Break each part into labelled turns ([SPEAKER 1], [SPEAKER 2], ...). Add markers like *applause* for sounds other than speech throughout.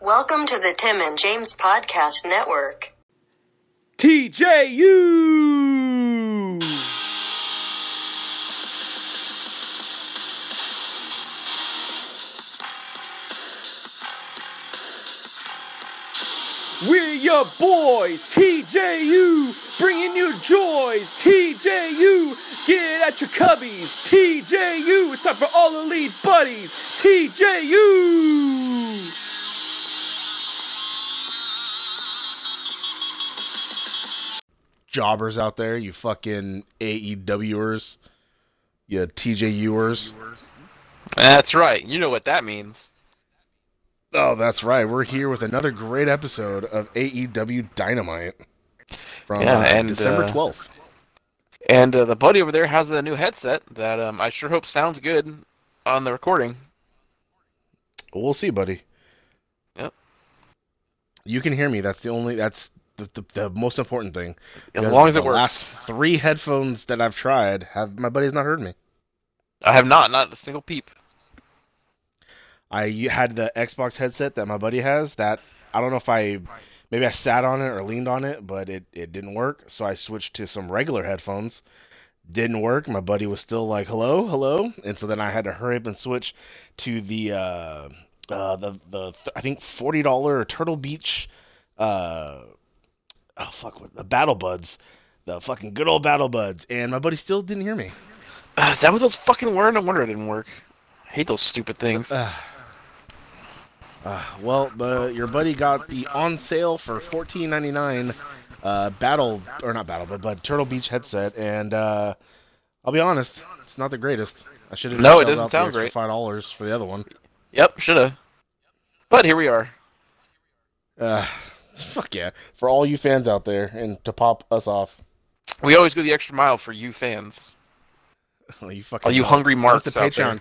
[SPEAKER 1] Welcome to the Tim and James Podcast Network.
[SPEAKER 2] TJU. We're your boys, TJU, bringing you joy, TJU. Get at your cubbies, TJU. It's time for all elite buddies, TJU.
[SPEAKER 3] jobbers out there, you fucking AEWers, you TJUers.
[SPEAKER 4] That's right. You know what that means.
[SPEAKER 3] Oh, that's right. We're here with another great episode of AEW Dynamite from
[SPEAKER 4] Yeah,
[SPEAKER 3] uh,
[SPEAKER 4] and,
[SPEAKER 3] December
[SPEAKER 4] uh,
[SPEAKER 3] 12th.
[SPEAKER 4] And uh, the buddy over there has a new headset that um, I sure hope sounds good on the recording.
[SPEAKER 3] We'll see, buddy.
[SPEAKER 4] Yep.
[SPEAKER 3] You can hear me. That's the only that's the, the, the most important thing.
[SPEAKER 4] As
[SPEAKER 3] Because
[SPEAKER 4] long as it
[SPEAKER 3] the
[SPEAKER 4] works.
[SPEAKER 3] Last 3 headphones that I've tried have my buddy's not heard me.
[SPEAKER 4] I have not, not a single peep. *sighs*
[SPEAKER 3] I u- had the Xbox headset that my buddy has. That I don't know if I maybe I sat on it or leaned on it, but it it didn't work. So I switched to some regular headphones. Didn't work. My buddy was still like, "Hello, hello," and so then I had to hurry up and switch to the uh, uh, the the th- I think forty dollar Turtle Beach. Uh, oh fuck! What the Battle Buds, the fucking good old Battle Buds, and my buddy still didn't hear me.
[SPEAKER 4] Uh, that was those fucking word. No wonder it didn't work. I hate those stupid things.
[SPEAKER 3] Uh, well, uh, your buddy got the on sale for fourteen ninety nine uh, battle or not battle, but, but Turtle Beach headset, and uh, I'll be honest, it's not the greatest. I should have
[SPEAKER 4] No, it doesn't sound great.
[SPEAKER 3] Five dollars for the other one.
[SPEAKER 4] Yep, shoulda. But here we are.
[SPEAKER 3] Uh, *laughs* fuck yeah, for all you fans out there, and to pop us off,
[SPEAKER 4] We always go the extra mile for you fans.
[SPEAKER 3] oh, you fucking
[SPEAKER 4] All you hungry
[SPEAKER 3] Once
[SPEAKER 4] marks
[SPEAKER 3] the
[SPEAKER 4] out
[SPEAKER 3] Patreon,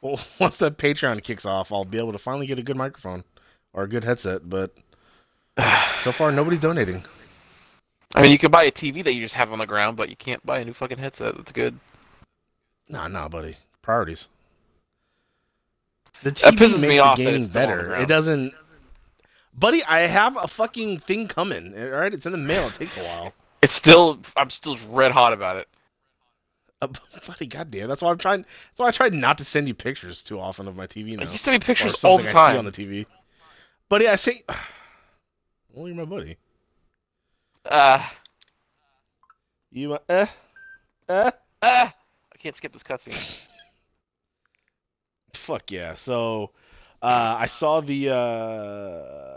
[SPEAKER 3] well, *laughs* once the Patreon kicks off, I'll be able to finally get a good microphone or a good headset. But *sighs* so far, nobody's donating.
[SPEAKER 4] there. I mean, you can buy a TV that you just have on the ground, but you can't buy a new fucking headset. That's good.
[SPEAKER 3] Nah, nah, buddy. Priorities. The TV
[SPEAKER 4] That pisses
[SPEAKER 3] makes
[SPEAKER 4] me
[SPEAKER 3] the
[SPEAKER 4] off that
[SPEAKER 3] game
[SPEAKER 4] it's still on the
[SPEAKER 3] better. It
[SPEAKER 4] ground.
[SPEAKER 3] doesn't. Buddy, I have a fucking thing coming. All right, it's in the mail. It takes a while.
[SPEAKER 4] *laughs* It's still, I'm still red hot about it.
[SPEAKER 3] Uh, *laughs* b- buddy, goddamn. That's why I'm trying. That's why I tried not to send you pictures too often of my TV now.
[SPEAKER 4] You send me
[SPEAKER 3] or
[SPEAKER 4] pictures all
[SPEAKER 3] something
[SPEAKER 4] the
[SPEAKER 3] I see
[SPEAKER 4] time.
[SPEAKER 3] on the TV. Buddy, I see. *sighs* Well, you're my buddy.
[SPEAKER 4] uh,
[SPEAKER 3] You my eh, eh.
[SPEAKER 4] ah, I can't skip this cutscene.
[SPEAKER 3] Fuck yeah. So uh, I saw the uh,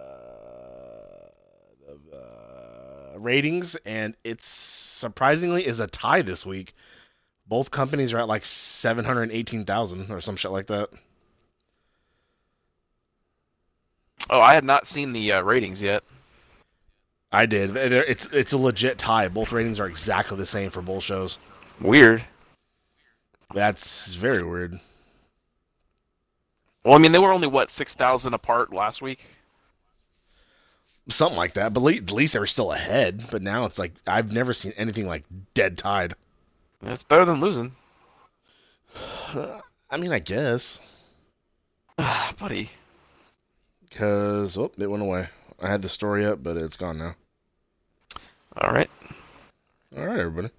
[SPEAKER 3] uh, ratings, and it's surprisingly is a tie this week. Both companies are at like 718,000 or some shit like that.
[SPEAKER 4] Oh, I had not seen the uh, ratings yet.
[SPEAKER 3] I did. It- It's it's a legit tie. Both ratings are exactly the same for both shows.
[SPEAKER 4] Weird.
[SPEAKER 3] That's very weird.
[SPEAKER 4] Well, I mean, they were only what six thousand apart last week.
[SPEAKER 3] Something like that. But le- at least they were still ahead. But now it's like I've never seen anything like dead tied. *sighs*
[SPEAKER 4] That's better than losing, *sighs*
[SPEAKER 3] I mean, I guess.
[SPEAKER 4] Ah, buddy.
[SPEAKER 3] Because, oh, it went away. I had the story up, but it's gone now.
[SPEAKER 4] All right,
[SPEAKER 3] All right, everybody.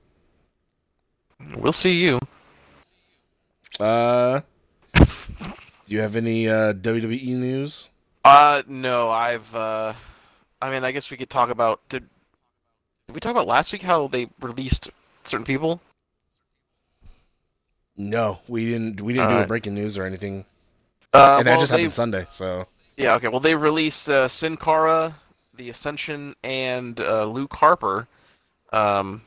[SPEAKER 4] we'll see you.
[SPEAKER 3] Uh, do you have any uh, WWE news?
[SPEAKER 4] Uh, no, I've. uh I mean, I guess we could talk about. Did, did we talk about last week how they released certain people?
[SPEAKER 3] No, we didn't. We didn't
[SPEAKER 4] All
[SPEAKER 3] do a
[SPEAKER 4] right.
[SPEAKER 3] breaking news or anything,
[SPEAKER 4] Uh,
[SPEAKER 3] and
[SPEAKER 4] well,
[SPEAKER 3] that just
[SPEAKER 4] they,
[SPEAKER 3] happened Sunday. So,
[SPEAKER 4] Yeah. Okay. Well, they released uh, Sin Cara, The Ascension, and uh, Luke Harper. Um,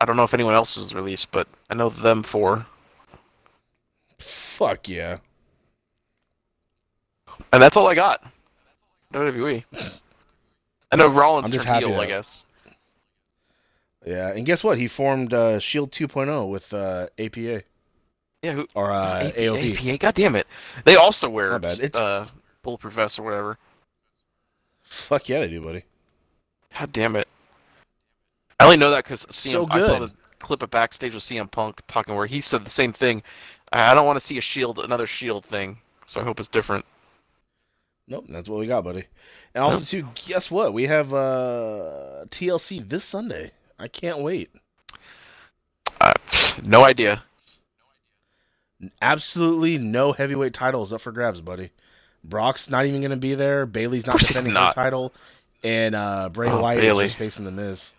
[SPEAKER 4] I don't know if anyone else is released, but I know them four.
[SPEAKER 3] fuck yeah.
[SPEAKER 4] And that's all I got. WWE. I know Rollins
[SPEAKER 3] I'm just
[SPEAKER 4] turned
[SPEAKER 3] happy
[SPEAKER 4] heel, I
[SPEAKER 3] that-
[SPEAKER 4] guess.
[SPEAKER 3] Yeah, and guess what? He formed uh, Shield 2.0 with uh, APA
[SPEAKER 4] Yeah, who?
[SPEAKER 3] or uh,
[SPEAKER 4] Oh, A-
[SPEAKER 3] AOP.
[SPEAKER 4] APA, God damn it! They also wear
[SPEAKER 3] Not bad. It's-
[SPEAKER 4] uh, bulletproof vests or whatever.
[SPEAKER 3] Fuck yeah, they do, buddy.
[SPEAKER 4] God damn it! I only know that because CM.
[SPEAKER 3] So
[SPEAKER 4] I saw
[SPEAKER 3] good.
[SPEAKER 4] the clip of backstage with CM Punk talking where he said the same thing. I I don't want to see a shield, another shield thing. So I hope it's different.
[SPEAKER 3] Nope, that's what we got, buddy. And
[SPEAKER 4] Oh.
[SPEAKER 3] also, too, guess what? We have uh, TLC this Sunday. I can't wait.
[SPEAKER 4] Uh, no idea.
[SPEAKER 3] Absolutely no heavyweight titles up for grabs, buddy. Brock's not even going to be there. Bailey's not
[SPEAKER 4] course he's
[SPEAKER 3] defending
[SPEAKER 4] not.
[SPEAKER 3] her title, and uh, Bray
[SPEAKER 4] Oh,
[SPEAKER 3] Wyatt
[SPEAKER 4] Bayley.
[SPEAKER 3] is facing the Miz.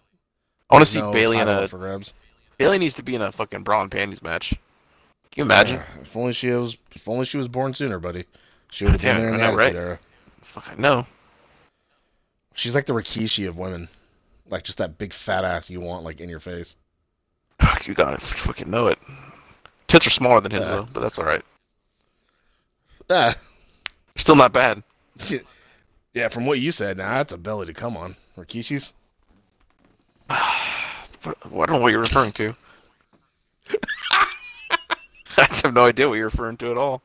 [SPEAKER 4] I want to see
[SPEAKER 3] No
[SPEAKER 4] Bailey in
[SPEAKER 3] title up
[SPEAKER 4] a
[SPEAKER 3] for grabs.
[SPEAKER 4] Bailey needs to be in a fucking bra and panties match. Can you imagine?
[SPEAKER 3] Yeah, if only she was. If only she was born sooner, buddy. She would have
[SPEAKER 4] Damn
[SPEAKER 3] been there
[SPEAKER 4] it,
[SPEAKER 3] in the
[SPEAKER 4] I know, right?
[SPEAKER 3] Attitude Era.
[SPEAKER 4] Fuck, I know.
[SPEAKER 3] She's like the Rikishi of women, like just that big fat ass you want like in your face.
[SPEAKER 4] Fuck, *sighs* you got it. Fucking know it. Tits are smaller than his
[SPEAKER 3] Uh.
[SPEAKER 4] though, but that's all right.
[SPEAKER 3] Ah, *laughs*
[SPEAKER 4] Still not bad.
[SPEAKER 3] yeah. From what you said, now that's a belly to come on. Rikishi's.
[SPEAKER 4] What, I don't know what you're referring to. *laughs* I have no idea what you're referring to at all.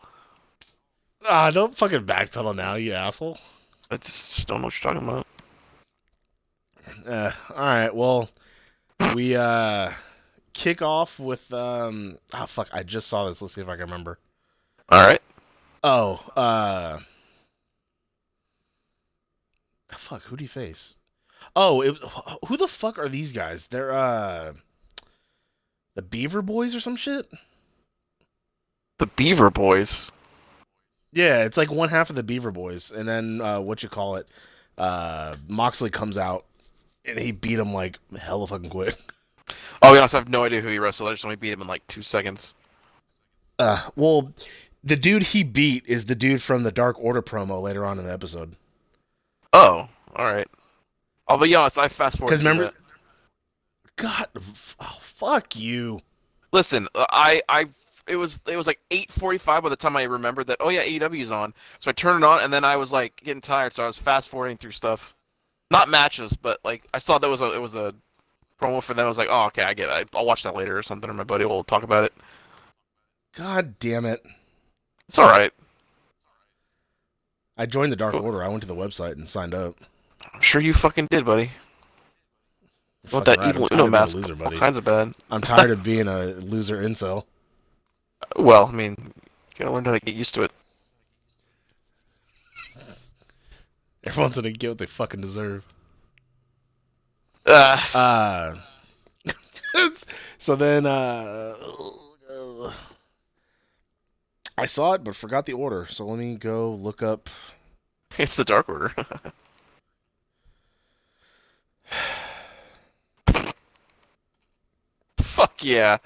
[SPEAKER 3] Ah, don't fucking backpedal now, you asshole.
[SPEAKER 4] I just, just don't know what you're talking about.
[SPEAKER 3] Uh, all right. Well, we uh kick off with um. Oh fuck! I just saw this. Let's see if I can remember.
[SPEAKER 4] All right.
[SPEAKER 3] Oh, uh, fuck. Who do you face? Oh, it was, wh- who the fuck are these guys? They're uh, the Beaver Boys or some shit.
[SPEAKER 4] The Beaver Boys.
[SPEAKER 3] Yeah, it's like one half of the Beaver Boys, and then uh, what you call it? Uh, Moxley comes out and he beat him like hella fucking quick.
[SPEAKER 4] Oh, yeah, I have no idea who he wrestled. I just only beat him in like two seconds.
[SPEAKER 3] Uh, well, the dude he beat is the dude from the Dark Order promo later on in the episode.
[SPEAKER 4] Oh, all right. I'll be honest. I fast forward.
[SPEAKER 3] Because remember, God, f- oh, fuck you.
[SPEAKER 4] Listen, uh, I, I, it was, it was like 8:45 by the time I remembered that. Oh yeah, AEW's on. So I turned it on, and then I was like getting tired, so I was fast forwarding through stuff, not matches, but like I saw that was a, it was a promo for them. I was like, oh okay, I get it. I'll watch that later or something, or my buddy will talk about it.
[SPEAKER 3] God damn it.
[SPEAKER 4] It's all right.
[SPEAKER 3] I joined the Dark
[SPEAKER 4] Cool.
[SPEAKER 3] Order. I went to the website and signed up.
[SPEAKER 4] I'm sure you fucking did, buddy. You want
[SPEAKER 3] Fucking
[SPEAKER 4] that
[SPEAKER 3] right,
[SPEAKER 4] evil
[SPEAKER 3] I'm tired
[SPEAKER 4] Uno
[SPEAKER 3] of being a
[SPEAKER 4] mask?
[SPEAKER 3] loser,
[SPEAKER 4] all
[SPEAKER 3] buddy.
[SPEAKER 4] kinds of bad.
[SPEAKER 3] I'm tired
[SPEAKER 4] *laughs*
[SPEAKER 3] of being a loser incel.
[SPEAKER 4] Well, I mean, you gotta learn how to get used to it.
[SPEAKER 3] Everyone's gonna get what they fucking deserve.
[SPEAKER 4] Uh,
[SPEAKER 3] Uh, *laughs* so then, uh, I saw it but forgot the order. So let me go look up.
[SPEAKER 4] *laughs* it's the Dark Order. Fuck yeah.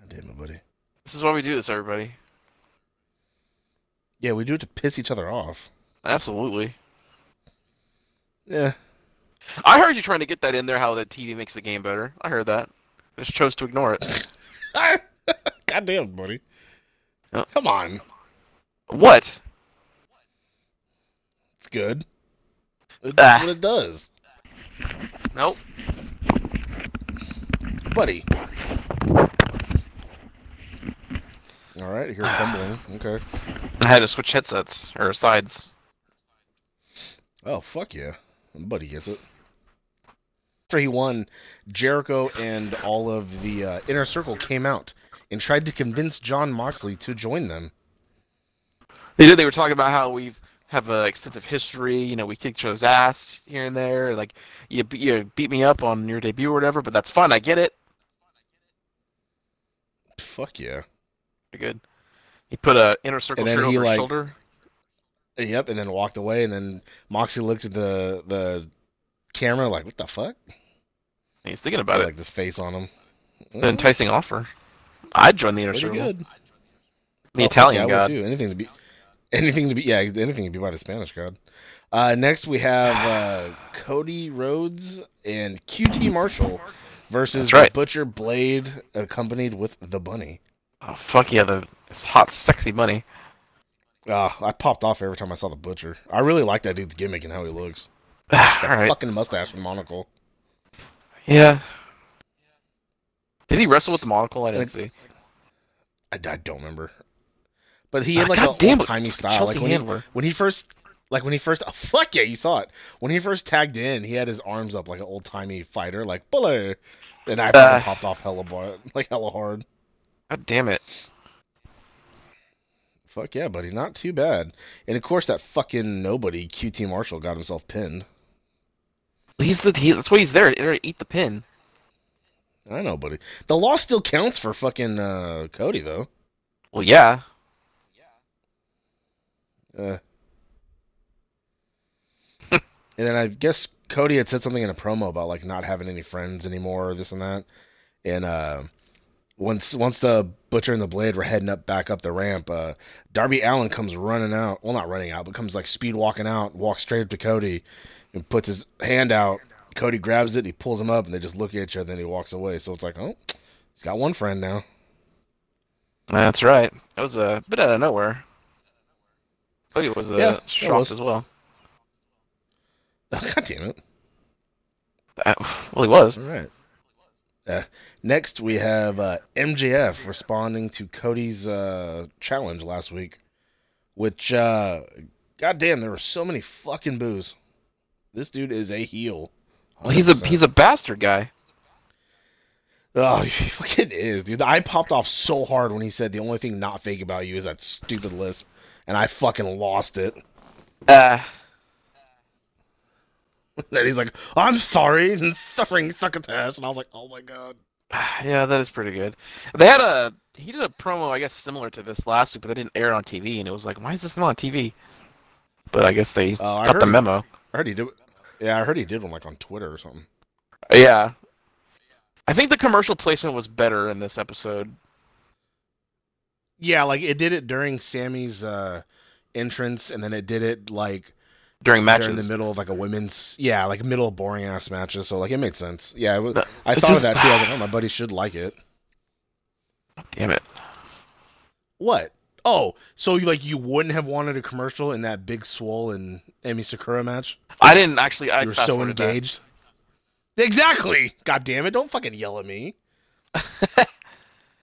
[SPEAKER 3] God damn it, buddy.
[SPEAKER 4] This is why we do this, everybody.
[SPEAKER 3] Yeah, we do it to piss each other off.
[SPEAKER 4] Absolutely.
[SPEAKER 3] *laughs* Yeah.
[SPEAKER 4] I heard you trying to get that in there, how the TV makes the game better. I heard that. I just chose to ignore it.
[SPEAKER 3] God damn, buddy.
[SPEAKER 4] Yeah.
[SPEAKER 3] Come on.
[SPEAKER 4] What?
[SPEAKER 3] It's good. It's
[SPEAKER 4] Ah.
[SPEAKER 3] what it does.
[SPEAKER 4] Nope.
[SPEAKER 3] buddy. All right, I hear fumbling. Okay.
[SPEAKER 4] I had to switch headsets or sides.
[SPEAKER 3] Oh fuck yeah, buddy gets it. After he won, Jericho and all of the uh, inner circle came out and tried to convince John Moxley to join them.
[SPEAKER 4] They did. They were talking about how we have an extensive history. You know, we kicked each other's ass here and there. Like, you, be- you beat me up on your debut or whatever, but that's fun. I get it.
[SPEAKER 3] Fuck yeah.
[SPEAKER 4] Pretty good. He put a inner circle
[SPEAKER 3] And then
[SPEAKER 4] shirt
[SPEAKER 3] he,
[SPEAKER 4] over his
[SPEAKER 3] like-
[SPEAKER 4] shoulder.
[SPEAKER 3] Yep, and then walked away, and then Moxley looked at the the camera like, "What the fuck?"
[SPEAKER 4] And he's thinking about it.
[SPEAKER 3] like this face on him. Mm,
[SPEAKER 4] An enticing offer. I'd join the inner
[SPEAKER 3] Pretty
[SPEAKER 4] circle.
[SPEAKER 3] good. Oh,
[SPEAKER 4] The
[SPEAKER 3] fuck
[SPEAKER 4] Italian
[SPEAKER 3] yeah, I would
[SPEAKER 4] god.
[SPEAKER 3] too. Anything to be, anything to be, yeah, anything to be by the Spanish god. Uh, next we have uh, Cody Rhodes and QT Marshall versus
[SPEAKER 4] That's right.
[SPEAKER 3] the Butcher Blade, accompanied with the Bunny.
[SPEAKER 4] Oh fuck yeah, the it's hot, sexy money. *sighs*
[SPEAKER 3] Uh, I popped off every time I saw the Butcher. I really like that dude's gimmick and how he looks.
[SPEAKER 4] All right.
[SPEAKER 3] Fucking mustache and monocle.
[SPEAKER 4] Yeah. Did he wrestle with the monocle? I didn't see.
[SPEAKER 3] I, I don't remember, but he had
[SPEAKER 4] Ah,
[SPEAKER 3] like
[SPEAKER 4] God
[SPEAKER 3] a
[SPEAKER 4] damn it,
[SPEAKER 3] old timey
[SPEAKER 4] fucking
[SPEAKER 3] style.
[SPEAKER 4] Chelsea
[SPEAKER 3] Like when he,
[SPEAKER 4] Handler.
[SPEAKER 3] when he first, like when he first, oh, fuck yeah, you saw it. When he first tagged in, he had his arms up like an old timey fighter, like bully, and I
[SPEAKER 4] Ah.
[SPEAKER 3] fucking popped off hella bar, like hella hard.
[SPEAKER 4] God damn it.
[SPEAKER 3] Fuck yeah, buddy. Not too bad. And of course, that fucking nobody, QT Marshall, got himself pinned.
[SPEAKER 4] He's the he, that's why he's there. there to eat the pin.
[SPEAKER 3] I know, buddy. The loss still counts for fucking uh, Cody, though.
[SPEAKER 4] Well, yeah.
[SPEAKER 3] Uh. *laughs* and then I guess Cody had said something in a promo about like not having any friends anymore, or this and that. And uh, once once the Butcher and the Blade were heading up back up the ramp, uh, Darby Allen comes running out. Well, not running out, but comes like speed walking out, walks straight up to Cody, and puts his hand out. Cody grabs it, and he pulls him up, and they just look at each other, and he walks away. So it's like, oh, he's got one friend now. *laughs*
[SPEAKER 4] That's right. That was a bit out of nowhere. Cody was uh,
[SPEAKER 3] Yeah, that
[SPEAKER 4] shocked
[SPEAKER 3] was.
[SPEAKER 4] as well.
[SPEAKER 3] God damn it!
[SPEAKER 4] That- Uh, *sighs* well, he was.
[SPEAKER 3] All right. Uh, next, we have uh, MJF responding to Cody's uh, challenge last week, which, uh, goddamn, there were so many fucking boos. This dude is a heel.
[SPEAKER 4] Well, he's
[SPEAKER 3] uh,
[SPEAKER 4] a he's a bastard guy.
[SPEAKER 3] Oh, *laughs* he fucking is, dude. I popped off so hard when he said the only thing not fake about you is that stupid lisp, and I fucking lost it. *laughs*
[SPEAKER 4] Uh,
[SPEAKER 3] then he's like, "I'm sorry," *laughs* and suffering succotash, and I was like, "Oh my god."
[SPEAKER 4] *sighs* yeah, that is pretty good. They had a he did a promo I guess similar to this last week, but they didn't air it on TV, and it was like, why is this not on TV? But I guess they
[SPEAKER 3] Oh, I
[SPEAKER 4] got the
[SPEAKER 3] heard-
[SPEAKER 4] memo.
[SPEAKER 3] I heard he did. Yeah, I heard he did one like on Twitter or something.
[SPEAKER 4] Yeah. I think the commercial placement was better in this episode.
[SPEAKER 3] Yeah, like it did it during Sammy's uh entrance and then it did it like
[SPEAKER 4] during matches.
[SPEAKER 3] during the middle of like a women's yeah, like middle of boring ass matches. So like it made sense. Yeah, it was,
[SPEAKER 4] No,
[SPEAKER 3] I
[SPEAKER 4] it's
[SPEAKER 3] thought
[SPEAKER 4] just-
[SPEAKER 3] of that too. I was
[SPEAKER 4] *laughs*
[SPEAKER 3] like, oh my buddy should like it.
[SPEAKER 4] Damn it!
[SPEAKER 3] What? Oh, so you like you wouldn't have wanted a commercial in that big swole and Amy Sakura match?
[SPEAKER 4] I didn't actually. I
[SPEAKER 3] you were
[SPEAKER 4] fast
[SPEAKER 3] so
[SPEAKER 4] forwarded that.
[SPEAKER 3] engaged. Exactly. God damn it, don't fucking yell at me.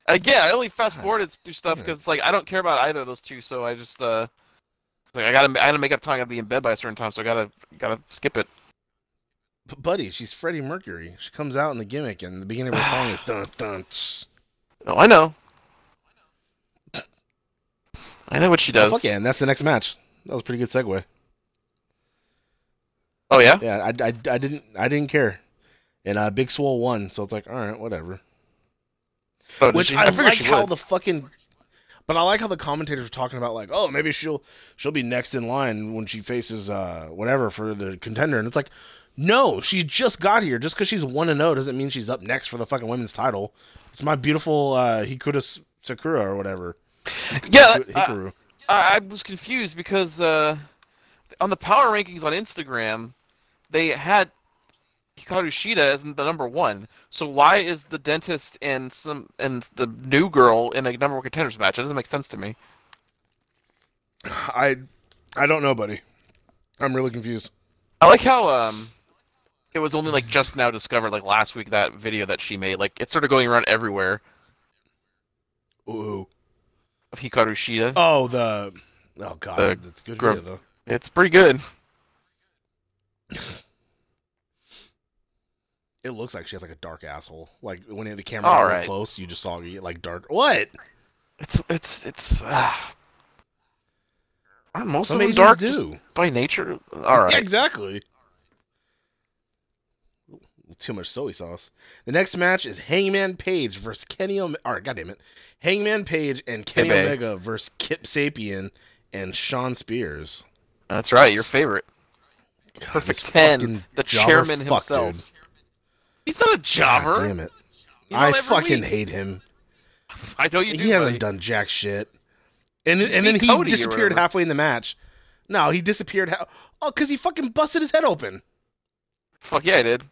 [SPEAKER 4] Again, Uh, I only fast forwarded through stuff
[SPEAKER 3] Yeah.
[SPEAKER 4] because like I don't care about either of those two. So I just uh, it's like I gotta I gotta make up time. I gotta be in bed by a certain time, so I gotta gotta skip it.
[SPEAKER 3] B- buddy, she's Freddie Mercury. She comes out in the gimmick and the beginning of her song
[SPEAKER 4] *sighs*
[SPEAKER 3] is dun dun. tsh.
[SPEAKER 4] No, Oh, I know. I know what she does.
[SPEAKER 3] Oh, Fuck yeah, and that's the next match. That was a pretty good segue.
[SPEAKER 4] Oh yeah.
[SPEAKER 3] Yeah, I, I, I didn't I didn't care, and uh, Big Swole won, so it's like all right, whatever.
[SPEAKER 4] Oh, did
[SPEAKER 3] Which
[SPEAKER 4] she-
[SPEAKER 3] I,
[SPEAKER 4] figured
[SPEAKER 3] like
[SPEAKER 4] she
[SPEAKER 3] how
[SPEAKER 4] would.
[SPEAKER 3] the fucking, but I like how the commentators are talking about like, oh, maybe she'll she'll be next in line when she faces uh whatever for the contender, and it's like, no, she just got here. Just because she's one and zero doesn't mean she's up next for the fucking women's title. It's my beautiful uh, Hikuta Sakura or whatever.
[SPEAKER 4] yeah. I-
[SPEAKER 3] Hikaru.
[SPEAKER 4] I, I was confused because uh, on the power rankings on Instagram, they had Hikaru Shida as the number one. So why is the dentist and some and the new girl in a number one contenders match? That doesn't make sense to me.
[SPEAKER 3] I I don't know, buddy. I'm really confused.
[SPEAKER 4] I like how um, it was only like just now discovered, like last week, that video that she made. Like it's sort of going around everywhere
[SPEAKER 3] Ooh.
[SPEAKER 4] of Hikaru Shida.
[SPEAKER 3] Oh, the oh god,
[SPEAKER 4] The
[SPEAKER 3] that's a good
[SPEAKER 4] gro-
[SPEAKER 3] video though.
[SPEAKER 4] It's pretty good.
[SPEAKER 3] It looks like she has like a dark asshole. Like when it- the camera
[SPEAKER 4] All
[SPEAKER 3] got real
[SPEAKER 4] right.
[SPEAKER 3] close, you just saw it get, like dark. What?
[SPEAKER 4] It's it's it's. Uh, aren't most
[SPEAKER 3] Some
[SPEAKER 4] of them
[SPEAKER 3] agents
[SPEAKER 4] dark just
[SPEAKER 3] do.
[SPEAKER 4] by nature? All right.
[SPEAKER 3] Yeah, exactly. Too much soy sauce. The next match is Hangman Page versus Kenny Omega. All right, goddamn it, Hangman Page and Kenny
[SPEAKER 4] Hey, babe.
[SPEAKER 3] Omega versus Kip Sapien and Sean Spears.
[SPEAKER 4] That's right, your favorite.
[SPEAKER 3] God,
[SPEAKER 4] Perfect
[SPEAKER 3] this
[SPEAKER 4] 10,
[SPEAKER 3] fucking
[SPEAKER 4] the
[SPEAKER 3] jobber
[SPEAKER 4] chairman
[SPEAKER 3] fuck,
[SPEAKER 4] himself.
[SPEAKER 3] dude.
[SPEAKER 4] He's not a
[SPEAKER 3] God
[SPEAKER 4] jobber.
[SPEAKER 3] damn it!
[SPEAKER 4] He's on
[SPEAKER 3] I
[SPEAKER 4] every
[SPEAKER 3] fucking
[SPEAKER 4] week.
[SPEAKER 3] hate him.
[SPEAKER 4] I know you do.
[SPEAKER 3] he hasn't
[SPEAKER 4] buddy.
[SPEAKER 3] done jack shit. And and then
[SPEAKER 4] beat
[SPEAKER 3] he
[SPEAKER 4] Cody or
[SPEAKER 3] disappeared
[SPEAKER 4] whatever.
[SPEAKER 3] halfway in the match. No, he disappeared. Ha- oh, because he fucking busted his head open.
[SPEAKER 4] Fuck yeah, I did.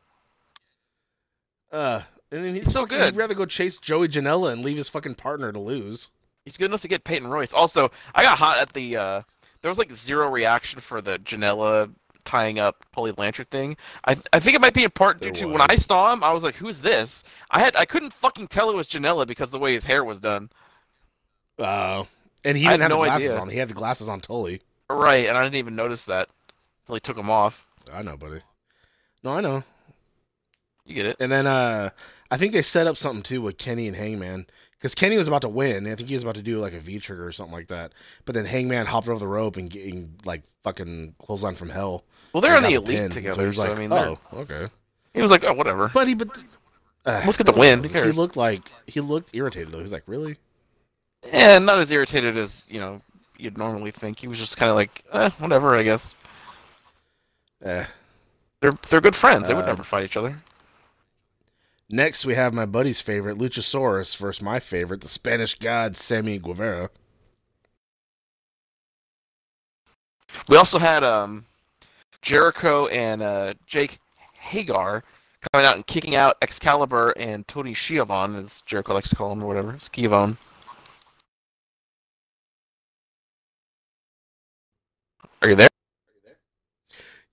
[SPEAKER 3] Uh, and then he-
[SPEAKER 4] He's so
[SPEAKER 3] fucking-
[SPEAKER 4] good.
[SPEAKER 3] He'd rather go chase Joey Janela and leave his fucking partner to lose.
[SPEAKER 4] He's good enough to get Peyton Royce. Also, I got hot at the. uh There was like zero reaction for the Janela tying up Polly Blanchard thing. I I think it might be in part due
[SPEAKER 3] There
[SPEAKER 4] to
[SPEAKER 3] was.
[SPEAKER 4] when I saw him, I was like, "Who's this?" I had I couldn't fucking tell it was Janela because the way his hair was done.
[SPEAKER 3] Uh, and he
[SPEAKER 4] I
[SPEAKER 3] didn't
[SPEAKER 4] had
[SPEAKER 3] have the
[SPEAKER 4] no
[SPEAKER 3] glasses
[SPEAKER 4] idea.
[SPEAKER 3] on. He had the glasses on Tully.
[SPEAKER 4] Right, and I didn't even notice that until he took him off.
[SPEAKER 3] I know, buddy. No, I know.
[SPEAKER 4] You get it?
[SPEAKER 3] And then uh, I think they set up something too with Kenny and Hangman. because Kenny was about to win. I think he was about to do like a V trigger or something like that. But then Hangman hopped over the rope and getting like fucking clothesline from hell.
[SPEAKER 4] Well, they're
[SPEAKER 3] and
[SPEAKER 4] on the
[SPEAKER 3] got
[SPEAKER 4] elite
[SPEAKER 3] pin.
[SPEAKER 4] together,
[SPEAKER 3] So he was
[SPEAKER 4] so,
[SPEAKER 3] like,
[SPEAKER 4] I mean, they're-
[SPEAKER 3] oh, okay,
[SPEAKER 4] He was like, oh, whatever.
[SPEAKER 3] buddy. But th- uh,
[SPEAKER 4] Let's get the win. Who
[SPEAKER 3] He
[SPEAKER 4] cares?
[SPEAKER 3] looked like he looked irritated though. He's like, really?
[SPEAKER 4] Yeah, not as irritated as you know you'd normally think. He was just kind of like, eh, whatever, I guess.
[SPEAKER 3] Eh.
[SPEAKER 4] They're they're good friends. they would
[SPEAKER 3] Uh,
[SPEAKER 4] never fight each other.
[SPEAKER 3] Next, we have my buddy's favorite, Luchasaurus, versus my favorite, the Spanish God, Sammy Guevara.
[SPEAKER 4] We also had um, Jericho and uh, Jake Hagar coming out and kicking out Excalibur and Tony Schiavone, as Jericho likes to call him or whatever, Schiavone. Are you there?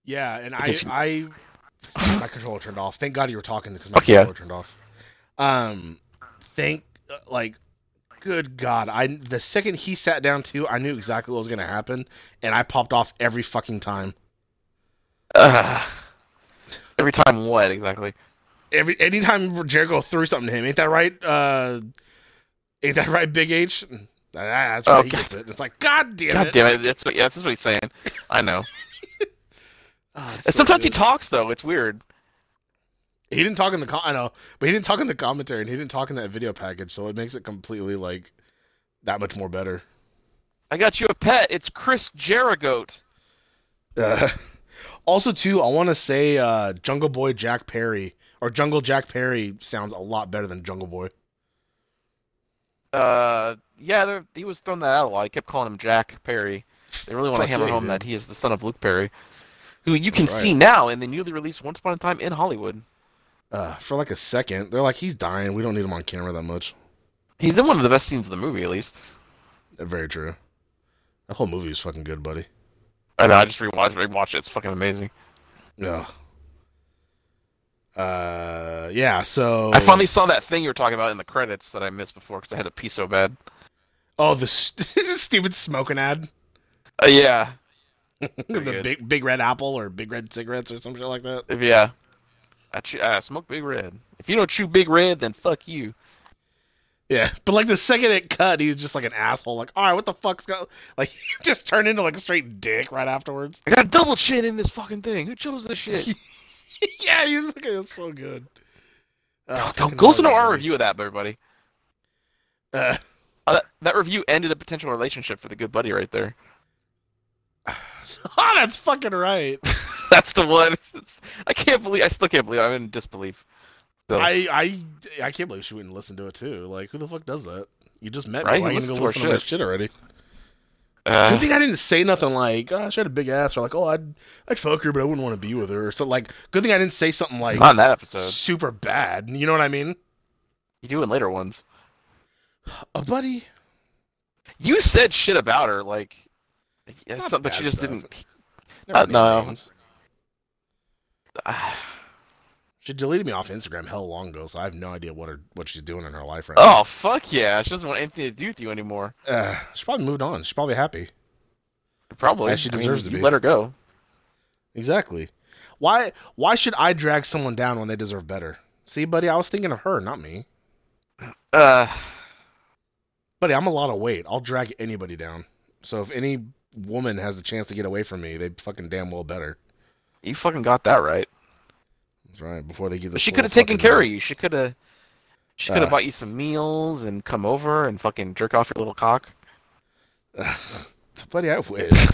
[SPEAKER 3] Yeah, and I,
[SPEAKER 4] Okay, so-
[SPEAKER 3] I,
[SPEAKER 4] *laughs*
[SPEAKER 3] my controller turned off. Thank God you were talking because my
[SPEAKER 4] Fuck Oh, yeah.
[SPEAKER 3] controller turned off. Um, thank, uh, like, good God, I the second he sat down too, I knew exactly what was gonna happen, and I popped off every fucking time.
[SPEAKER 4] Ugh. every time what exactly?
[SPEAKER 3] Every anytime Jericho threw something to him, ain't that right? Uh, ain't that right, Big H? Ah, That's why
[SPEAKER 4] Oh,
[SPEAKER 3] he
[SPEAKER 4] God.
[SPEAKER 3] gets it. It's like God damn
[SPEAKER 4] God
[SPEAKER 3] it.
[SPEAKER 4] damn it! That's what yeah, that's what he's saying. I know.
[SPEAKER 3] Ah, it's *laughs*
[SPEAKER 4] And
[SPEAKER 3] so
[SPEAKER 4] Sometimes he
[SPEAKER 3] good.
[SPEAKER 4] talks though. It's weird.
[SPEAKER 3] He didn't talk in the com- I know, but he didn't talk in the commentary, and he didn't talk in that video package, so it makes it completely like that much more better. *laughs*
[SPEAKER 4] I got you a pet. It's Chris Jericho.
[SPEAKER 3] Uh, also, too, I want to say uh, Jungle Boy Jack Perry or Jungle Jack Perry sounds a lot better than Jungle Boy.
[SPEAKER 4] Uh, yeah, they're- he was throwing that out a lot. I kept calling him Jack Perry. They really want to
[SPEAKER 3] Fuck
[SPEAKER 4] hammer
[SPEAKER 3] yeah,
[SPEAKER 4] home
[SPEAKER 3] dude.
[SPEAKER 4] that he is the son of Luke Perry, who you can
[SPEAKER 3] That's right.
[SPEAKER 4] see now in the newly released Once Upon a Time in Hollywood.
[SPEAKER 3] Uh, for like a second, they're like, he's dying. We don't need him on camera that much.
[SPEAKER 4] He's in one of the best scenes of the movie, at least.
[SPEAKER 3] Very true. That whole movie is fucking good, buddy.
[SPEAKER 4] I know. I just rewatched, rewatched it. It's fucking amazing.
[SPEAKER 3] Yeah. Uh, yeah. So
[SPEAKER 4] I finally saw that thing you were talking about in the credits that I missed before because I had to pee so bad.
[SPEAKER 3] Oh, the st- *laughs* stupid smoking ad.
[SPEAKER 4] Uh, yeah,
[SPEAKER 3] the
[SPEAKER 4] Pretty good.
[SPEAKER 3] big big red apple or big red cigarettes or some shit like that.
[SPEAKER 4] if- yeah. I, chew, I smoke Big Red. If you don't chew Big Red, then fuck you.
[SPEAKER 3] Yeah, but like the second it cut, he was just like an asshole. Like, all right, what the fuck's going? Like, *laughs* he just turned into like a straight dick right afterwards. *laughs*
[SPEAKER 4] I got a double chin in this fucking thing. Who chose this shit?
[SPEAKER 3] yeah, he was like, it's so good. Uh,
[SPEAKER 4] Go- go, go listen to our
[SPEAKER 3] fucking
[SPEAKER 4] review of that, everybody.
[SPEAKER 3] Uh, *laughs*
[SPEAKER 4] Uh, that, that review ended a potential relationship for the good buddy right there. *laughs*
[SPEAKER 3] oh, that's fucking right.
[SPEAKER 4] That's the one. *laughs* It's- I can't believe. I still can't believe. I'm in disbelief. So,
[SPEAKER 3] I I I can't believe she wouldn't listen to it too. Like, who the fuck does that? You just met
[SPEAKER 4] Right,
[SPEAKER 3] me. Why
[SPEAKER 4] who
[SPEAKER 3] you gonna
[SPEAKER 4] listens
[SPEAKER 3] go listen to
[SPEAKER 4] to our
[SPEAKER 3] that
[SPEAKER 4] shit?
[SPEAKER 3] shit already? Good
[SPEAKER 4] uh,
[SPEAKER 3] thing I didn't say nothing like, oh, she had a big ass, or like, oh, I'd I'd fuck her, but I wouldn't want to be with her. So like, good thing I didn't say something like
[SPEAKER 4] not in that episode.
[SPEAKER 3] super bad. You know what I mean?
[SPEAKER 4] You do in later ones.
[SPEAKER 3] A buddy.
[SPEAKER 4] You said shit about her, like, yeah,
[SPEAKER 3] Not
[SPEAKER 4] some- but
[SPEAKER 3] bad
[SPEAKER 4] she just
[SPEAKER 3] stuff.
[SPEAKER 4] didn't.
[SPEAKER 3] Never
[SPEAKER 4] Uh,
[SPEAKER 3] name
[SPEAKER 4] no.
[SPEAKER 3] names.
[SPEAKER 4] Ah,
[SPEAKER 3] She deleted me off Instagram hell long ago, so I have no idea what her what she's doing in her life right
[SPEAKER 4] oh fuck yeah! She doesn't want anything to do with you anymore.
[SPEAKER 3] now. Uh, she probably moved on. She's probably happy.
[SPEAKER 4] Probably.
[SPEAKER 3] As she
[SPEAKER 4] I mean,
[SPEAKER 3] deserves to
[SPEAKER 4] you
[SPEAKER 3] be.
[SPEAKER 4] Let her go.
[SPEAKER 3] Exactly. Why why should I drag someone down when they deserve better? See, buddy, I was thinking of her, not me.
[SPEAKER 4] Uh,
[SPEAKER 3] Buddy, I'm a lot of weight. I'll drag anybody down. So if any woman has the chance to get away from me, they fucking damn well better.
[SPEAKER 4] you fucking got that right.
[SPEAKER 3] That's right. Before they get
[SPEAKER 4] But
[SPEAKER 3] this
[SPEAKER 4] she could have
[SPEAKER 3] little
[SPEAKER 4] taken
[SPEAKER 3] fucking-
[SPEAKER 4] care of you. She could have. She could have
[SPEAKER 3] Uh.
[SPEAKER 4] bought you some meals and come over and fucking jerk off your little cock.
[SPEAKER 3] *sighs* buddy, I
[SPEAKER 4] *laughs*
[SPEAKER 3] wish.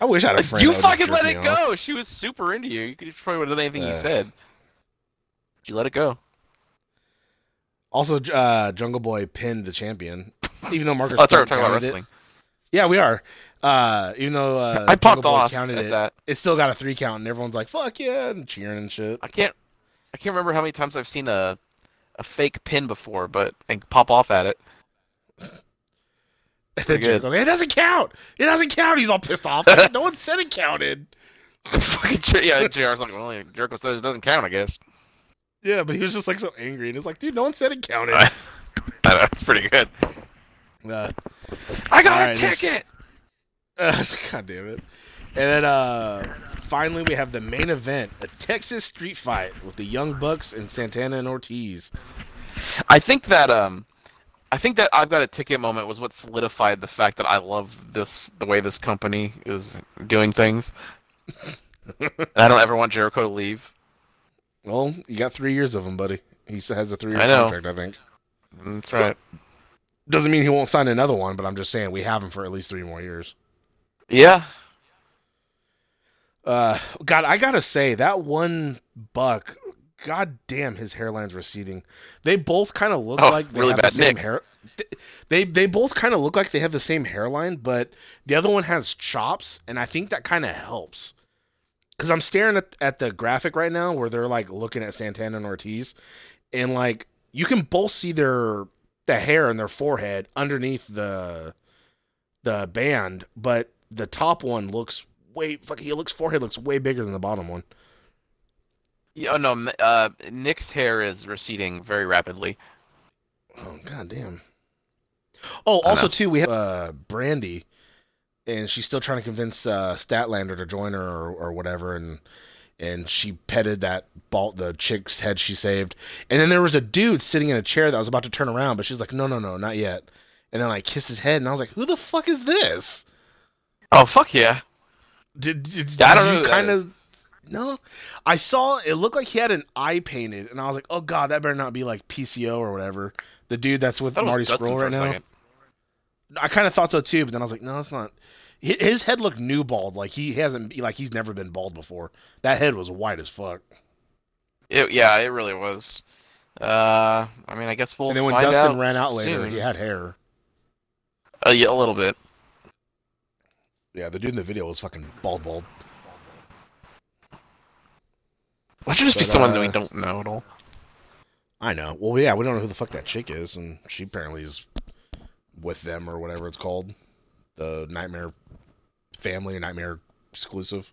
[SPEAKER 3] I wish I had a friend.
[SPEAKER 4] you
[SPEAKER 3] that would just
[SPEAKER 4] fucking
[SPEAKER 3] jerk
[SPEAKER 4] let it
[SPEAKER 3] me off.
[SPEAKER 4] go. She was super into you. You could she probably would have done anything
[SPEAKER 3] Uh.
[SPEAKER 4] you said. But You let it go.
[SPEAKER 3] Also, uh, Jungle Boy pinned the champion, even though Marcus
[SPEAKER 4] Oh, sorry, we're
[SPEAKER 3] Stewart
[SPEAKER 4] talking about
[SPEAKER 3] counted it.
[SPEAKER 4] wrestling.
[SPEAKER 3] Yeah, we are. Uh, even though uh,
[SPEAKER 4] I popped
[SPEAKER 3] Jungle Boy
[SPEAKER 4] off
[SPEAKER 3] counted
[SPEAKER 4] at
[SPEAKER 3] it,
[SPEAKER 4] that.
[SPEAKER 3] it still got a three count, and everyone's like, "Fuck yeah!" and cheering and shit.
[SPEAKER 4] I can't. I can't remember how many times I've seen a, a fake pin before, but and pop off at it.
[SPEAKER 3] *laughs*
[SPEAKER 4] *laughs*
[SPEAKER 3] And
[SPEAKER 4] pretty
[SPEAKER 3] Jericho
[SPEAKER 4] good.
[SPEAKER 3] goes, it doesn't count. It doesn't count. He's all pissed
[SPEAKER 4] *laughs*
[SPEAKER 3] off. Like, no one said it counted.
[SPEAKER 4] fucking Jer- yeah, JR's like, well, Jericho says it doesn't count, I guess. *laughs*
[SPEAKER 3] Yeah, but he was just like so angry, and it's like, dude, no one said it counted.
[SPEAKER 4] I don't know, That's pretty good.
[SPEAKER 3] Uh,
[SPEAKER 4] I got
[SPEAKER 3] Alright,
[SPEAKER 4] a
[SPEAKER 3] let's-
[SPEAKER 4] ticket.
[SPEAKER 3] *laughs* Uh, *laughs* God damn it. And then uh, finally, we have the main event a Texas street fight with the Young Bucks and Santana and Ortiz.
[SPEAKER 4] I think that um, I think that I've got a ticket moment was what solidified the fact that I love this the way this company is doing things. and I don't ever want Jericho to leave.
[SPEAKER 3] Well, you got three years of him, buddy. He s- has a three-year
[SPEAKER 4] I know.
[SPEAKER 3] contract, I think.
[SPEAKER 4] That's right.
[SPEAKER 3] Doesn't mean he won't sign another one, but I'm just saying we have him for at least three more years.
[SPEAKER 4] Yeah.
[SPEAKER 3] Uh, God, I gotta say that one buck. God damn, his hairline's receding. They both kind of look
[SPEAKER 4] Oh,
[SPEAKER 3] like they
[SPEAKER 4] really
[SPEAKER 3] have the
[SPEAKER 4] bad
[SPEAKER 3] same
[SPEAKER 4] nick.
[SPEAKER 3] hair. th- They they both kind of look like they have the same hairline, but the other one has chops, and I think that kind of helps. Cause I'm staring at, at the graphic right now where they're like looking at Santana and Ortiz, and like you can both see their the hair in their forehead underneath the the band, but the top one looks way fuck. He looks forehead looks way bigger than the bottom one.
[SPEAKER 4] Yeah, oh no, m- uh, Nick's hair is receding very rapidly.
[SPEAKER 3] Oh god damn. Oh,
[SPEAKER 4] I
[SPEAKER 3] also
[SPEAKER 4] know.
[SPEAKER 3] too, we have uh, Brandy, and she's still trying to convince uh, Statlander to join her or, or whatever, and and she petted that bald the chick's head she saved, and then there was a dude sitting in a chair that was about to turn around, but she's like, no, no, no, not yet, and then I kissed his head, and I was like, who the fuck is this?
[SPEAKER 4] Oh fuck yeah!
[SPEAKER 3] Did, did,
[SPEAKER 4] Yeah, I don't
[SPEAKER 3] did
[SPEAKER 4] know
[SPEAKER 3] you
[SPEAKER 4] who that
[SPEAKER 3] kind of no? I saw it looked like he had an eye painted, and I was like, "Oh God, that better not be like PCO or whatever." The dude that's with
[SPEAKER 4] I thought it was
[SPEAKER 3] Marty
[SPEAKER 4] Dustin
[SPEAKER 3] Sproul
[SPEAKER 4] for
[SPEAKER 3] right
[SPEAKER 4] a
[SPEAKER 3] now.
[SPEAKER 4] second.
[SPEAKER 3] I kind of thought so too, but then I was like, "No, it's not." Hi- His head looked new bald, like he hasn't like he's never been bald before. That head was white as fuck.
[SPEAKER 4] It, yeah, it really was. Uh, I mean, I guess we'll
[SPEAKER 3] and then when
[SPEAKER 4] find
[SPEAKER 3] Dustin
[SPEAKER 4] out
[SPEAKER 3] ran out later,
[SPEAKER 4] soon.
[SPEAKER 3] he had hair.
[SPEAKER 4] Uh, yeah, a little bit.
[SPEAKER 3] Yeah, the dude in the video was fucking bald, bald.
[SPEAKER 4] That should just be
[SPEAKER 3] But,
[SPEAKER 4] someone that we
[SPEAKER 3] uh,
[SPEAKER 4] don't know at all.
[SPEAKER 3] I know. Well, yeah, we don't know who the fuck that chick is, and she apparently is with them or whatever it's called, the Nightmare Family or Nightmare exclusive.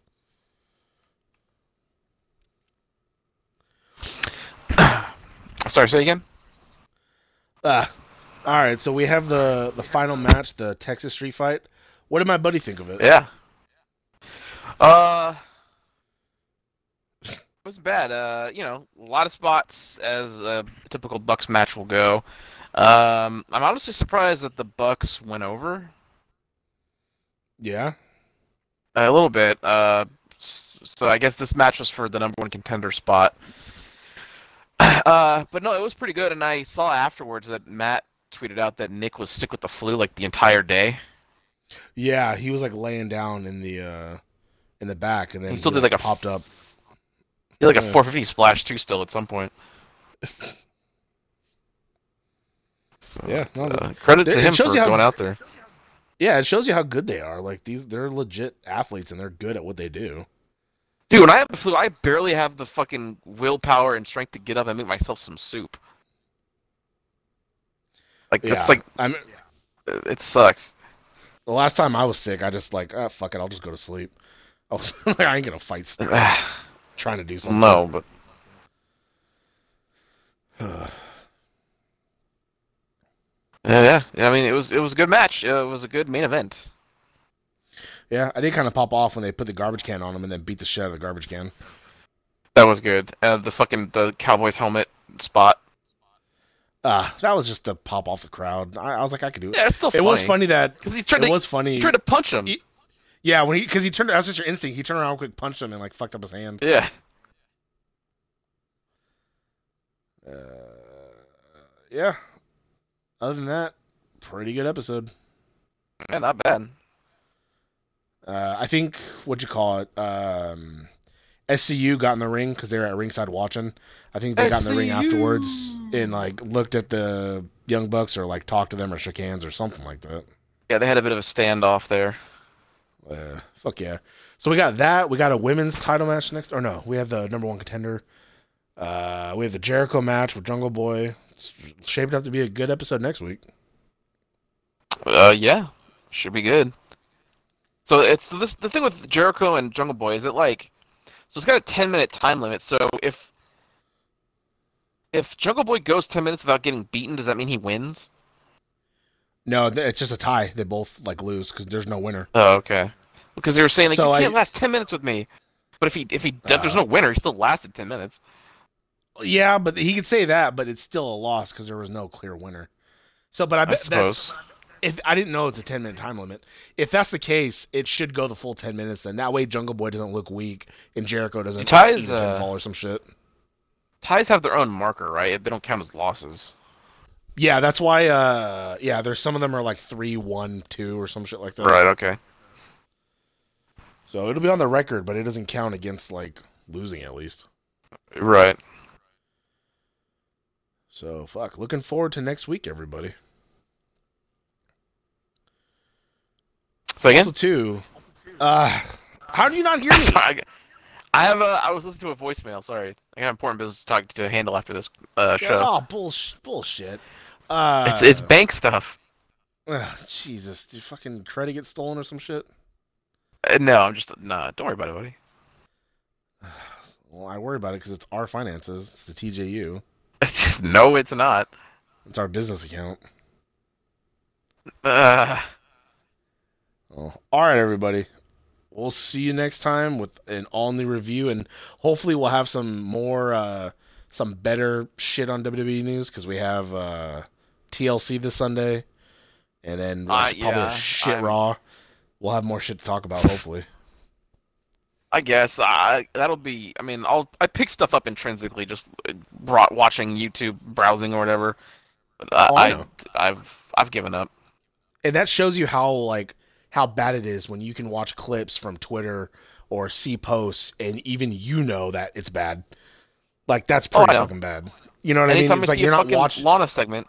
[SPEAKER 4] Sorry, say again.
[SPEAKER 3] Ah, all right. So we have the the final match, the Texas Street Fight. What did my buddy think of it?
[SPEAKER 4] Yeah. Uh, it wasn't bad. Uh, you know, a lot of spots as a typical Bucks match will go. Um, I'm honestly surprised that the Bucks went over.
[SPEAKER 3] Yeah.
[SPEAKER 4] A little bit. Uh, s- so I guess this match was for the number one contender spot. *clears throat* Uh, but no, it was pretty good, and I saw afterwards that Matt tweeted out that Nick was sick with the flu like the entire day.
[SPEAKER 3] Yeah, he was like laying down in the uh in the back, and then
[SPEAKER 4] He still did, like, a-
[SPEAKER 3] popped up.
[SPEAKER 4] He had like a
[SPEAKER 3] Yeah.
[SPEAKER 4] 450 splash too, still at some point. So,
[SPEAKER 3] *laughs* Yeah, no,
[SPEAKER 4] uh, credit
[SPEAKER 3] it-
[SPEAKER 4] to
[SPEAKER 3] it
[SPEAKER 4] him for
[SPEAKER 3] shows you how-
[SPEAKER 4] going out there.
[SPEAKER 3] Yeah, it shows you how good they are. Like these, they're legit athletes, and they're good at what they do.
[SPEAKER 4] Dude, when I have the flu, I barely have the fucking willpower and strength to get up and make myself some soup. Like
[SPEAKER 3] Yeah.
[SPEAKER 4] it's like
[SPEAKER 3] I'm
[SPEAKER 4] it sucks. *sighs*
[SPEAKER 3] The last time I was sick, I just like, ah, fuck it, I'll just go to sleep. I was *laughs* like, I ain't gonna fight s- trying to do something.
[SPEAKER 4] no,
[SPEAKER 3] *sighs*
[SPEAKER 4] but yeah, yeah. I mean, it was it was a good match. It was a good main event.
[SPEAKER 3] yeah, I did kind of pop off when they put the garbage can on him and then beat the shit out of the garbage can.
[SPEAKER 4] That was good. Uh, the fucking the Cowboys helmet spot.
[SPEAKER 3] Ah, that was just to pop off the crowd. I, I was like, I could do it.
[SPEAKER 4] Yeah, it's still
[SPEAKER 3] it
[SPEAKER 4] funny.
[SPEAKER 3] was funny that
[SPEAKER 4] because he tried
[SPEAKER 3] it
[SPEAKER 4] to
[SPEAKER 3] was funny.
[SPEAKER 4] he tried to punch him.
[SPEAKER 3] He- yeah, when he because he turned. That's just your instinct. He turned around quick, punched him, and like fucked up his hand.
[SPEAKER 4] yeah.
[SPEAKER 3] Uh, yeah. Other than that, pretty good episode.
[SPEAKER 4] yeah, not bad.
[SPEAKER 3] Uh, I think what you call it, um, SCU got in the ring because they were at ringside watching. I think they got in the ring afterwards and like looked at the Young Bucks or like talked to them or shook hands or something like that.
[SPEAKER 4] Yeah, they had a bit of a standoff there.
[SPEAKER 3] Uh, fuck yeah! So we got that. We got a women's title match next, or no? We have the number one contender. Uh, we have the Jericho match with Jungle Boy. It's shaping up to be a good episode next week.
[SPEAKER 4] Uh, yeah, should be good. So it's so this the thing with Jericho and Jungle Boy is it like, so it's got a ten minute time limit. So if if Jungle Boy goes ten minutes without getting beaten, does that mean he wins?
[SPEAKER 3] No, th- it's just a tie. They both like lose because there's no winner.
[SPEAKER 4] Oh, okay. Because they were saying like
[SPEAKER 3] So
[SPEAKER 4] you
[SPEAKER 3] I-
[SPEAKER 4] can't last ten minutes with me. But if he if he if there's
[SPEAKER 3] Uh.
[SPEAKER 4] no winner, he still lasted ten minutes.
[SPEAKER 3] Yeah, but he could say that, but it's still a loss because there was no clear winner. So, but I bet that's
[SPEAKER 4] suppose.
[SPEAKER 3] if I didn't know it's a ten minute time limit. If that's the case, it should go the full ten minutes. Then that way, Jungle Boy doesn't look weak and Jericho doesn't
[SPEAKER 4] Ty is,
[SPEAKER 3] eat a
[SPEAKER 4] uh,
[SPEAKER 3] pinfall or some shit.
[SPEAKER 4] Ties have their own marker, right? They don't count as losses.
[SPEAKER 3] Yeah, that's why. Uh, yeah, there's some of them are like three, one, two, or some shit like that.
[SPEAKER 4] Okay.
[SPEAKER 3] So it'll be on the record, but it doesn't count against like losing at least.
[SPEAKER 4] Right.
[SPEAKER 3] So fuck. Looking forward to next week, everybody.
[SPEAKER 4] So again,
[SPEAKER 3] Also, too. Uh, how do you not hear me?
[SPEAKER 4] Sorry, *laughs* I have a. I was listening to a voicemail. Sorry, I got important business to talk to handle after this uh,
[SPEAKER 3] Yeah,
[SPEAKER 4] show.
[SPEAKER 3] Oh, bullsh- bullshit. Uh,
[SPEAKER 4] It's it's bank stuff.
[SPEAKER 3] ugh, Jesus, did fucking credit get stolen or some shit?
[SPEAKER 4] Uh, No, I'm just nah. Don't worry about it, buddy.
[SPEAKER 3] Well, I worry about it because it's our finances. It's the TJU.
[SPEAKER 4] *laughs* no, it's not.
[SPEAKER 3] It's our business account.
[SPEAKER 4] Uh,
[SPEAKER 3] Oh. All right, everybody. We'll see you next time with an all new review, and hopefully we'll have some more, uh, some better shit on WWE news because we have uh, TLC this Sunday, and then we'll
[SPEAKER 4] Uh,
[SPEAKER 3] have probably
[SPEAKER 4] yeah,
[SPEAKER 3] shit
[SPEAKER 4] I'm-
[SPEAKER 3] raw. We'll have more shit to talk about, hopefully.
[SPEAKER 4] I guess I that'll be. I mean, I'll I pick stuff up intrinsically, just uh, brought watching YouTube, browsing or whatever. But uh, I,
[SPEAKER 3] Oh, I know.
[SPEAKER 4] I I've I've given up.
[SPEAKER 3] and that shows you how like how bad it is when you can watch clips from Twitter or see posts and even you know that it's bad. Like that's
[SPEAKER 4] Oh, I
[SPEAKER 3] pretty
[SPEAKER 4] know.
[SPEAKER 3] fucking bad. You know what I
[SPEAKER 4] Anytime
[SPEAKER 3] mean? It's
[SPEAKER 4] I see
[SPEAKER 3] like you're
[SPEAKER 4] a
[SPEAKER 3] not
[SPEAKER 4] fucking
[SPEAKER 3] watching.
[SPEAKER 4] Lana segment,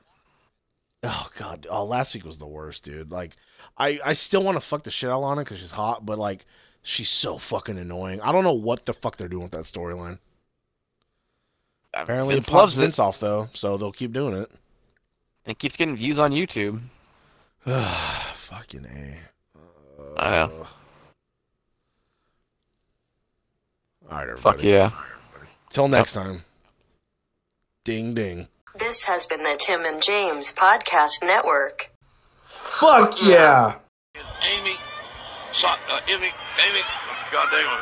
[SPEAKER 3] oh god, oh last week was the worst, dude. Like I I still want to fuck the shit out of Lana because she's hot, but like she's so fucking annoying. I don't know what the fuck they're doing with that storyline.
[SPEAKER 4] uh,
[SPEAKER 3] Apparently,
[SPEAKER 4] Vince
[SPEAKER 3] it pops
[SPEAKER 4] loves
[SPEAKER 3] Vince
[SPEAKER 4] it
[SPEAKER 3] off though, so they'll keep doing it. *sighs*
[SPEAKER 4] and keeps getting views on YouTube.
[SPEAKER 3] fucking a.
[SPEAKER 4] I know.
[SPEAKER 3] All right, everybody.
[SPEAKER 4] Fuck yeah.
[SPEAKER 3] Till next time. Ding ding.
[SPEAKER 1] This has been the Tim and James Podcast Network.
[SPEAKER 2] Fuck yeah.
[SPEAKER 5] Amy, so, uh, Amy, Amy, goddamn.